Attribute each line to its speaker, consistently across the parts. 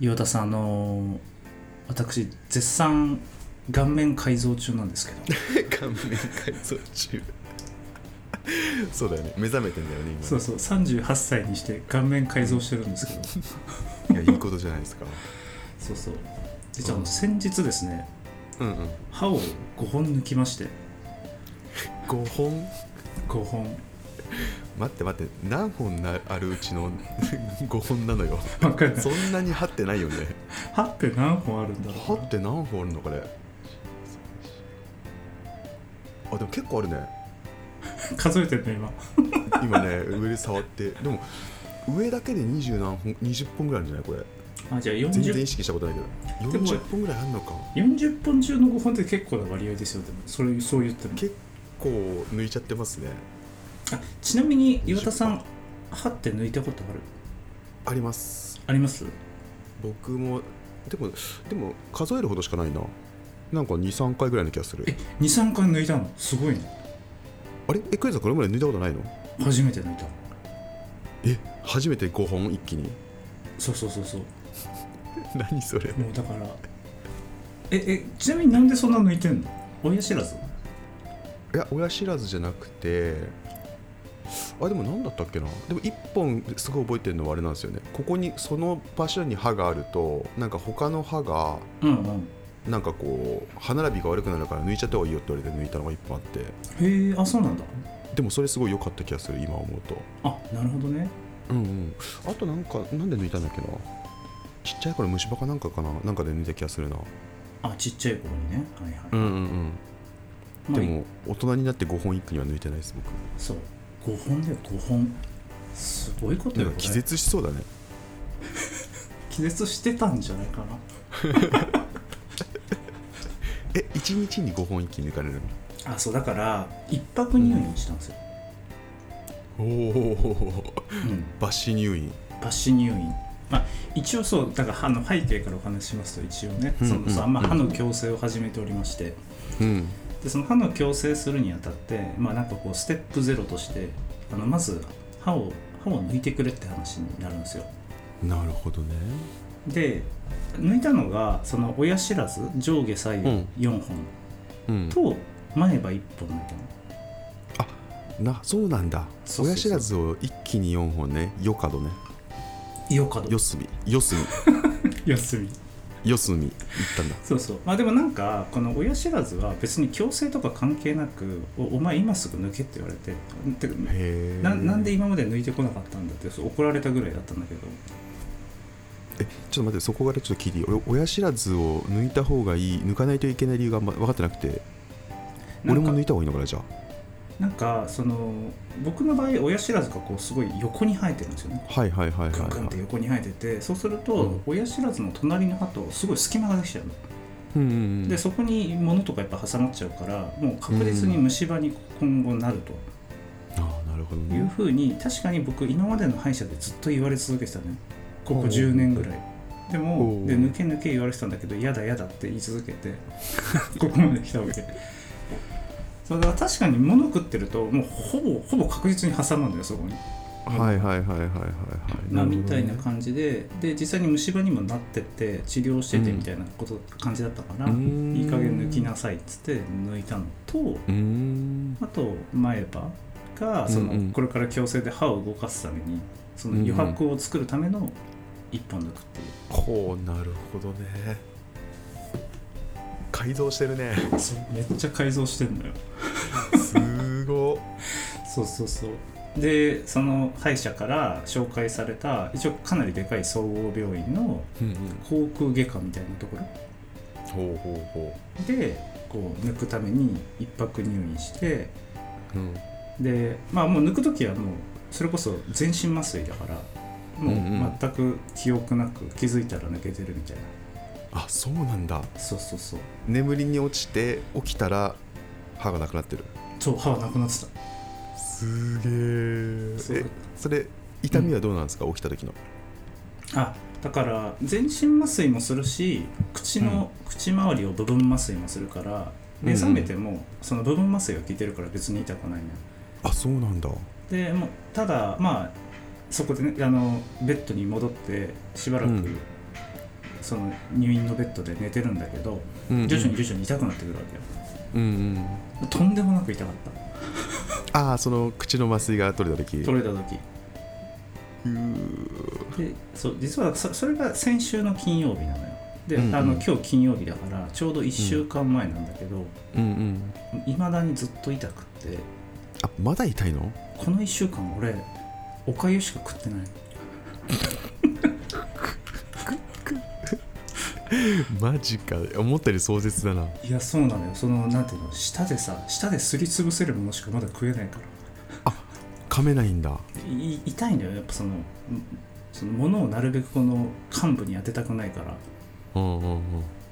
Speaker 1: 岩田さんあのー私絶賛顔面改造中なんですけど
Speaker 2: 顔面改造中そうだよね目覚めてんだよね今 ね
Speaker 1: そうそう38歳にして顔面改造してるんです けど
Speaker 2: いやいいことじゃないですか
Speaker 1: そうそう実はあの先日ですね
Speaker 2: うんうん
Speaker 1: 歯を5本抜きまして
Speaker 2: 5本
Speaker 1: 5本
Speaker 2: 待って待って何本なあるうちの 5本なのよ
Speaker 1: わかんない
Speaker 2: そんなに歯ってないよね
Speaker 1: 歯って何本あるんだろ
Speaker 2: 歯って何本あるのこれあでも結構あるね
Speaker 1: う数えてんの今
Speaker 2: 今ね 上で触ってでも上だけで20何本20本ぐらいあるんじゃないこれ
Speaker 1: あじゃあ
Speaker 2: 全然
Speaker 1: 40,
Speaker 2: 意識したことないけど
Speaker 1: でも
Speaker 2: 40本ぐらいあるのか
Speaker 1: 40本中の5本って結構な割合ですよでもそれそう言っても
Speaker 2: 結構抜いちゃってますね
Speaker 1: あちなみに岩田さ
Speaker 2: 20
Speaker 1: ん歯って抜いたことある
Speaker 2: あります
Speaker 1: あります
Speaker 2: 僕もでもでも数えるほどしかないななんか23回ぐらいの気がする
Speaker 1: え23回抜いたのすごいね
Speaker 2: あれえクイズこれまで抜いたことないの
Speaker 1: 初めて抜いた
Speaker 2: え初めて5本一気に
Speaker 1: そうそうそうそう
Speaker 2: 何それ
Speaker 1: もうだからええちなみになんでそんな抜いてんの親知らず
Speaker 2: いや親知らずじゃなくてあでも何だったっけなでも1本すごい覚えてるのはあれなんですよねここにその場所に歯があるとなんか他の歯が
Speaker 1: うんうん
Speaker 2: なんかこう歯並びが悪くなるから抜いちゃった方がいいよって言われて抜いたのが1本あって
Speaker 1: へえあそうなんだ
Speaker 2: でもそれすごい良かった気がする今思うと
Speaker 1: あなるほどね
Speaker 2: うんうんあとなんかなんで抜いたんだっけなちっちゃい頃虫歯かなんかかななんかで抜いた気がするな
Speaker 1: あちっちゃい頃にねはいはい、
Speaker 2: うんうんうん
Speaker 1: ま
Speaker 2: で
Speaker 1: あ
Speaker 2: も大人になって5本一気には抜いてないです僕
Speaker 1: そう5本だよ5本すごいこと
Speaker 2: なん
Speaker 1: よ
Speaker 2: か気
Speaker 1: これ
Speaker 2: 絶しそうだね
Speaker 1: 気絶してたんじゃないかな
Speaker 2: え一日に5本一気に抜かれるの
Speaker 1: あそうだから一泊入院したんですよ、
Speaker 2: おお
Speaker 1: うん、
Speaker 2: バッシュ入院
Speaker 1: 抜歯入院まあ一応そうだから歯の背景からお話ししますと一応ね、
Speaker 2: うん
Speaker 1: その
Speaker 2: うん
Speaker 1: そうまあ、歯の矯正を始めておりまして
Speaker 2: うん
Speaker 1: でその歯の矯正するにあたってまあなんかこうステップゼロとしてあのまず歯を歯を抜いてくれって話になるんですよ
Speaker 2: なるほどね
Speaker 1: で抜いたのがその親知らず上下左右
Speaker 2: うん
Speaker 1: 4本
Speaker 2: うん
Speaker 1: と前歯1本抜いたの
Speaker 2: なそうなんだ
Speaker 1: そうそうそう
Speaker 2: 親知らずを一気に4本ねよ角ね
Speaker 1: よかど
Speaker 2: 四隅四隅
Speaker 1: 休み
Speaker 2: 四隅いったんだ
Speaker 1: そうそうまあでもなんかこの親知らずは別に矯正とか関係なく「おお前今すぐ抜け」って言われててか
Speaker 2: へえ
Speaker 1: ななんで今まで抜いてこなかったんだってそう怒られたぐらいだったんだけど
Speaker 2: えちょっと待ってそこからちょっと聞いていい俺親知らずを抜いた方がいい抜かないといけない理由があんま分かってなくて
Speaker 1: な
Speaker 2: 俺
Speaker 1: んか
Speaker 2: も抜いた方がいいのかなじゃあ
Speaker 1: なんかその僕の場合親知らずがこうすごい横に生えてるんですよね
Speaker 2: はいはいはいはい
Speaker 1: グングンっ
Speaker 2: は
Speaker 1: て
Speaker 2: い
Speaker 1: 横に生えててそうすると、
Speaker 2: うん
Speaker 1: 親知らずの隣の歯とすごい隙間ができちゃうの、
Speaker 2: うんうんうん
Speaker 1: でそこに物とかやっぱ挟まっちゃうからもう確実に虫歯に今後なると
Speaker 2: ああなるほど
Speaker 1: いう
Speaker 2: ね
Speaker 1: ふうに確かに僕今までの歯医者でずっと言われ続けてたねここ
Speaker 2: おう
Speaker 1: 10年ぐらいで
Speaker 2: お
Speaker 1: も
Speaker 2: う
Speaker 1: で抜け抜け言われてたんだけど嫌だ嫌だって言い続けて ここまで来たわけそうだから確かに物食ってるともうほぼほぼ確実に挟まるんだよそこに
Speaker 2: はいはいはいはいはいはい
Speaker 1: まあ、
Speaker 2: るほどね
Speaker 1: みたいな感じでで実際に虫歯にもなってて治療してて
Speaker 2: うん
Speaker 1: みたいなこと、感じだったから
Speaker 2: うーん
Speaker 1: いい加減抜きなさいっつって抜いたのと
Speaker 2: うーん
Speaker 1: あと前歯がその、
Speaker 2: うんうん
Speaker 1: これから矯正で歯を動かすためにその
Speaker 2: うんうん
Speaker 1: 余白を作るための一本抜くっていう、
Speaker 2: こうなるほどね改造してるね
Speaker 1: そうめっちゃ改造してんのよ
Speaker 2: すご
Speaker 1: そうそうそうでその歯医者から紹介された一応かなりでかい総合病院の
Speaker 2: うんうん
Speaker 1: 口腔外科みたいなところ
Speaker 2: ほうほうほ
Speaker 1: でこう抜くために一泊入院して
Speaker 2: ううん
Speaker 1: でまあもう抜く時はもうそれこそ全身麻酔だからも
Speaker 2: んうん
Speaker 1: う全く記憶なく気づいたら抜けてるみたいな、
Speaker 2: あそうなんだ
Speaker 1: そうそうそう
Speaker 2: 眠りに落ちて起きたら歯がなくなってる
Speaker 1: そう歯はなくなってた
Speaker 2: すげえ
Speaker 1: そう
Speaker 2: えそれ痛みはどうなんですか、起きた時の
Speaker 1: あだから全身麻酔もするし口の、口周りを部分麻酔もするから目覚めてもその部分麻酔が効いてるから別に痛くないね
Speaker 2: あそうなんだ
Speaker 1: でもうただまあそこでねあのベッドに戻ってしばらく、
Speaker 2: うん
Speaker 1: その入院のベッドで寝てるんだけど
Speaker 2: うん
Speaker 1: 徐々に徐々に痛くなってくるわけよ
Speaker 2: うんうん
Speaker 1: とんでもなく痛かっ
Speaker 2: ああその口の麻酔が取れた時
Speaker 1: た取れた時
Speaker 2: うー
Speaker 1: でそう実はそそれが先週の金曜日なのよで、
Speaker 2: うんうん
Speaker 1: あの今日金曜日だからちょうど1週間前なんだけど
Speaker 2: うんうん
Speaker 1: いま、未だにずっと痛くって
Speaker 2: あまだ痛いの
Speaker 1: この1週間俺おかゆしか食ってないの
Speaker 2: マジか思ったより壮絶だない
Speaker 1: やそうなのよそのなんていうの舌でさ舌ですりつぶせるものしかまだ食えないから
Speaker 2: 噛めないんだ
Speaker 1: い痛いんだよやっぱそのんそのものをなるべくこの患部に当てたくないから
Speaker 2: うんうん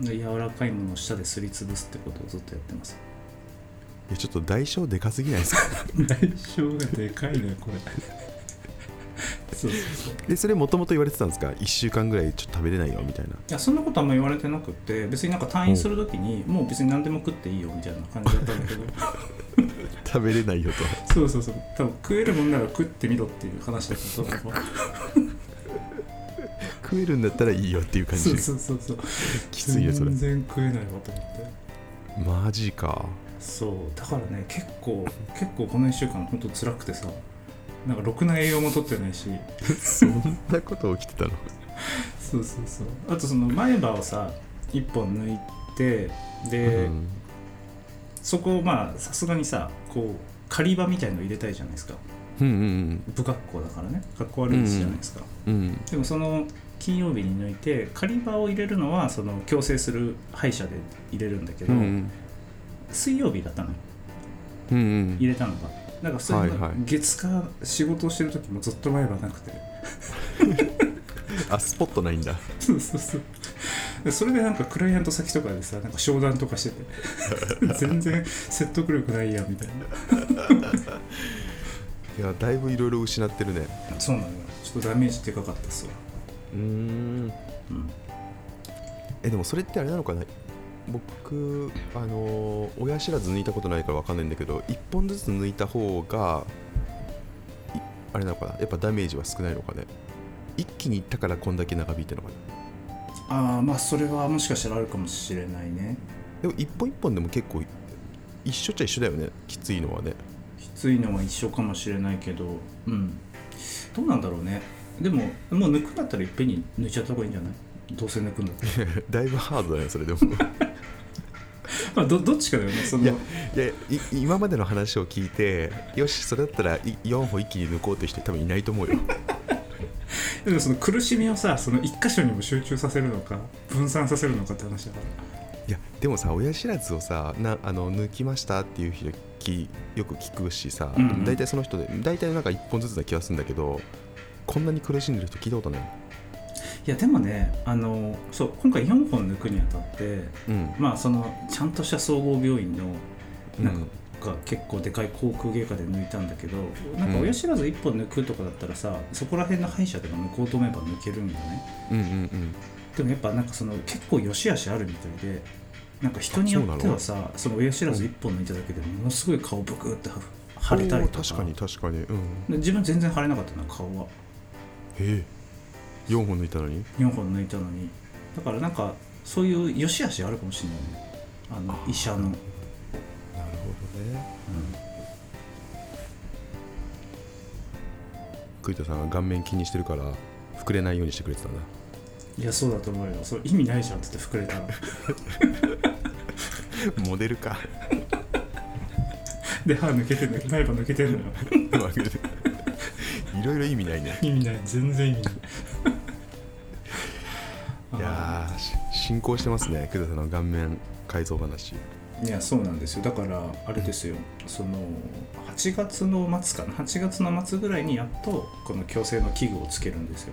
Speaker 2: うん
Speaker 1: で柔らかいものを舌ですりつぶすってことをずっとやってます
Speaker 2: いやちょっと代償でかすぎないです か
Speaker 1: 代償がでかいねこ れそうそうそう
Speaker 2: えそれもともと言われてたんですか1週間ぐらいちょっと食べれないよみたいない
Speaker 1: やそんなことあんま言われてなくて別になんか退院する時にもう別に何でも食っていいよみたいな感じだったんだ けど
Speaker 2: 食べれないよと
Speaker 1: そうそうそう多分食えるもんなら食ってみろっていう話だったと思う
Speaker 2: 食えるんだったらいいよっていう感じ
Speaker 1: そうそうそうそう
Speaker 2: きついねそれ
Speaker 1: 全然食えないわと思って
Speaker 2: マジか
Speaker 1: そうだからね結構結構この1週間ほんと辛くてさなんかろくな栄養も取ってないし
Speaker 2: そんなこと起きてたの
Speaker 1: そうそうそうあとその前歯をさ1本抜いてで、
Speaker 2: うん
Speaker 1: そこをまあさすがにさこう仮歯みたいの入れたいじゃないですか
Speaker 2: うん
Speaker 1: 不格好だからね格好悪いじゃないですか、
Speaker 2: うんうん
Speaker 1: でもその金曜日に抜いて仮歯を入れるのはその矯正する歯医者で入れるんだけ
Speaker 2: う
Speaker 1: ど、
Speaker 2: んうん
Speaker 1: 水曜日だったのよ
Speaker 2: うんう
Speaker 1: 入
Speaker 2: ん
Speaker 1: れたのがなんかそれ、
Speaker 2: はいはい
Speaker 1: 月火仕事をしてる時もずっと前歯なくて
Speaker 2: あスポットないんだ
Speaker 1: そうそうそうでそれでなんかクライアント先とかでさなんか商談とかして て全然説得力ないやみたい
Speaker 2: いやだいぶいろいろ失ってるね
Speaker 1: なそうなのよちょっとダメージでかかったっすわ、
Speaker 2: うん
Speaker 1: うん、
Speaker 2: えでもそれってあれなのかな僕あのー親知らず抜いたことないからわかんないんだけど1本ずつ抜いた方がいあれなのかなやっぱダメージは少ないのかね一気にいったからこんだけ長引いてるのかな
Speaker 1: ああまあそれはもしかしたらあるかもしれないね
Speaker 2: でも1本1本でも結構一緒っちゃ一緒だよねきついのはね
Speaker 1: きついのは一緒かもしれないけどうんどうなんだろうねでももう抜くんだったらいっぺんに抜いちゃった方がいいんじゃないどうせ抜くんだったら
Speaker 2: だいぶハードだねそれでも
Speaker 1: まあどどっちかだよねその
Speaker 2: いやいやい今までの話を聞いてよしそれだったら4本一気に抜こうって人多分いないと思う よ
Speaker 1: でもその苦しみをさその一箇所にも集中させるのか分散させるのかって話だか
Speaker 2: いやでもさ親知らずをさなあの抜きましたっていう人きよく聞くしさ、
Speaker 1: うんうん
Speaker 2: 大体その人で大体なんか1本ずつな気がするんだけどこんなに苦しんでる人聞いたことない
Speaker 1: らいやでもねあのそう今回4本抜くにあたって
Speaker 2: うん
Speaker 1: まあそのちゃんとした総合病院の
Speaker 2: う
Speaker 1: なんか
Speaker 2: ん
Speaker 1: が結構でかい口腔外科で抜いたんだけどなんか
Speaker 2: うん
Speaker 1: 親知らず1本抜くとかだったらさ、そこら辺の歯医者でも抜こうと思えば抜けるんだよね
Speaker 2: うんうん
Speaker 1: でもやっぱなんかその結構良し悪しあるみたいでなんか人によってはさその親知らず1本抜いただけでものすごい顔ブクって腫れたりとか
Speaker 2: おー確かに確かにうん
Speaker 1: で自分全然腫れなかったな顔は
Speaker 2: ええ4本抜いたのに
Speaker 1: 4本抜いたのにだからなんかそういう良し悪しあるかもしれないねあの医者の、うん、
Speaker 2: なるほどね栗田さんが顔面気にしてるから膨れないようにしてくれてたんだ
Speaker 1: いやそうだと思うよそれ意味ないじゃんって言って膨れたら
Speaker 2: モデル か
Speaker 1: で歯抜けてん だけど前歯抜けてんのよ
Speaker 2: いろいろ意味ないね
Speaker 1: 意味ない全然意 味ない
Speaker 2: いやーし進行してますね工田さんの顔面改造話
Speaker 1: いやそうなんですよだからあれですよその8月の末かな8月の末ぐらいにやっとこの矯正の器具をつけるんですよ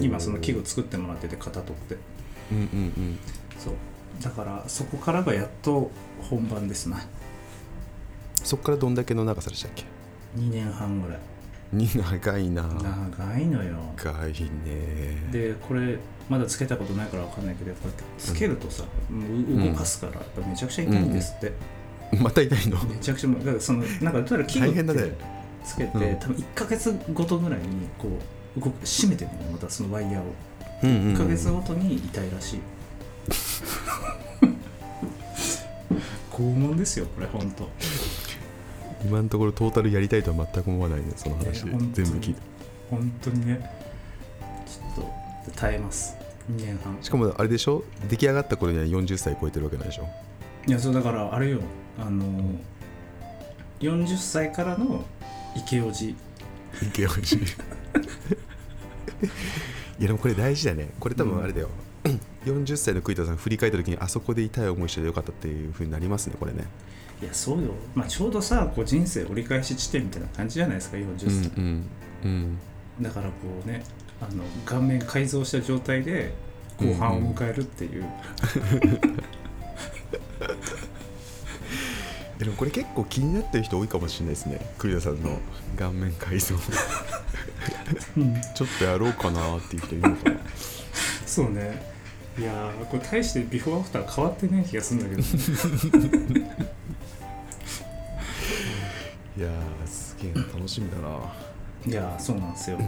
Speaker 1: 今その器具作ってもらってて型取って
Speaker 2: うんうん
Speaker 1: そうだからそこからがやっと本番ですな
Speaker 2: そこからどんだけの長さでしたっけ
Speaker 1: 2年半ぐらい
Speaker 2: に長いな
Speaker 1: 長いのよ
Speaker 2: 長いね
Speaker 1: でこれまだつけたことないからわかんないけどやっぱつけるとさ、もう動かすからやっぱめちゃくちゃ痛いんですって、
Speaker 2: また痛いの
Speaker 1: めちゃくちゃもうだからそのなんか例えば器具
Speaker 2: 大変だ
Speaker 1: っ
Speaker 2: ね
Speaker 1: てつけて、
Speaker 2: うん
Speaker 1: 多分1か月ごとぐらいにこう動く締めてるのよまたそのワイヤーを
Speaker 2: うんうんうん
Speaker 1: 1ヶ月ごとに痛いら しい拷問ですよこれ本当
Speaker 2: 今のところトータルやりたいとは全く思わないねその話
Speaker 1: いや
Speaker 2: 全
Speaker 1: 本
Speaker 2: 部
Speaker 1: 当に
Speaker 2: 聞いて
Speaker 1: 本当にねちょっと耐えます2年半
Speaker 2: しかもあれでしょ出来上がった頃には40歳超えてるわけないでしょ
Speaker 1: いやそうだからあれよあの40歳からのイケオジ
Speaker 2: 池おじ いやでもこれ大事だねこれ多分あれだよ、40歳の栗田さん振り返った時にあそこで痛い思いしてよかったっていう風になりますねこれね
Speaker 1: いやそうよ、まあ、ちょうどさこう人生折り返し地点みたいな感じじゃないですか40歳、
Speaker 2: んうん
Speaker 1: だからこうねあの顔面改造した状態で後半を迎えるっていう、
Speaker 2: でもこれ結構気になってる人多いかもしれないですね栗田さんの顔面改造ちょっとやろうかなっていう人いるのかな
Speaker 1: そうねいやーこれ大してビフォーアフター変わってない気がするんだけど
Speaker 2: いやーすげえな楽しみだない
Speaker 1: やーそうなんですよ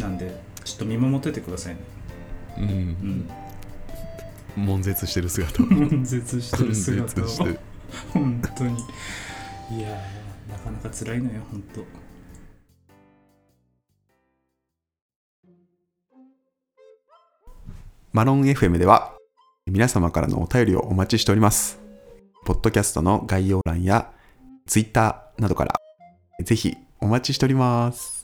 Speaker 1: なんでちょっと見守っててくださいね
Speaker 2: う
Speaker 1: うんん
Speaker 2: 悶絶してる姿を
Speaker 1: 悶 絶してる姿を
Speaker 2: 悶絶してる
Speaker 1: 本当にいやーなかなか辛いのよ本当
Speaker 3: マロン FM では皆様からのお便りをお待ちしております。ポッドキャストの概要欄や Twitter などからぜひお待ちしております。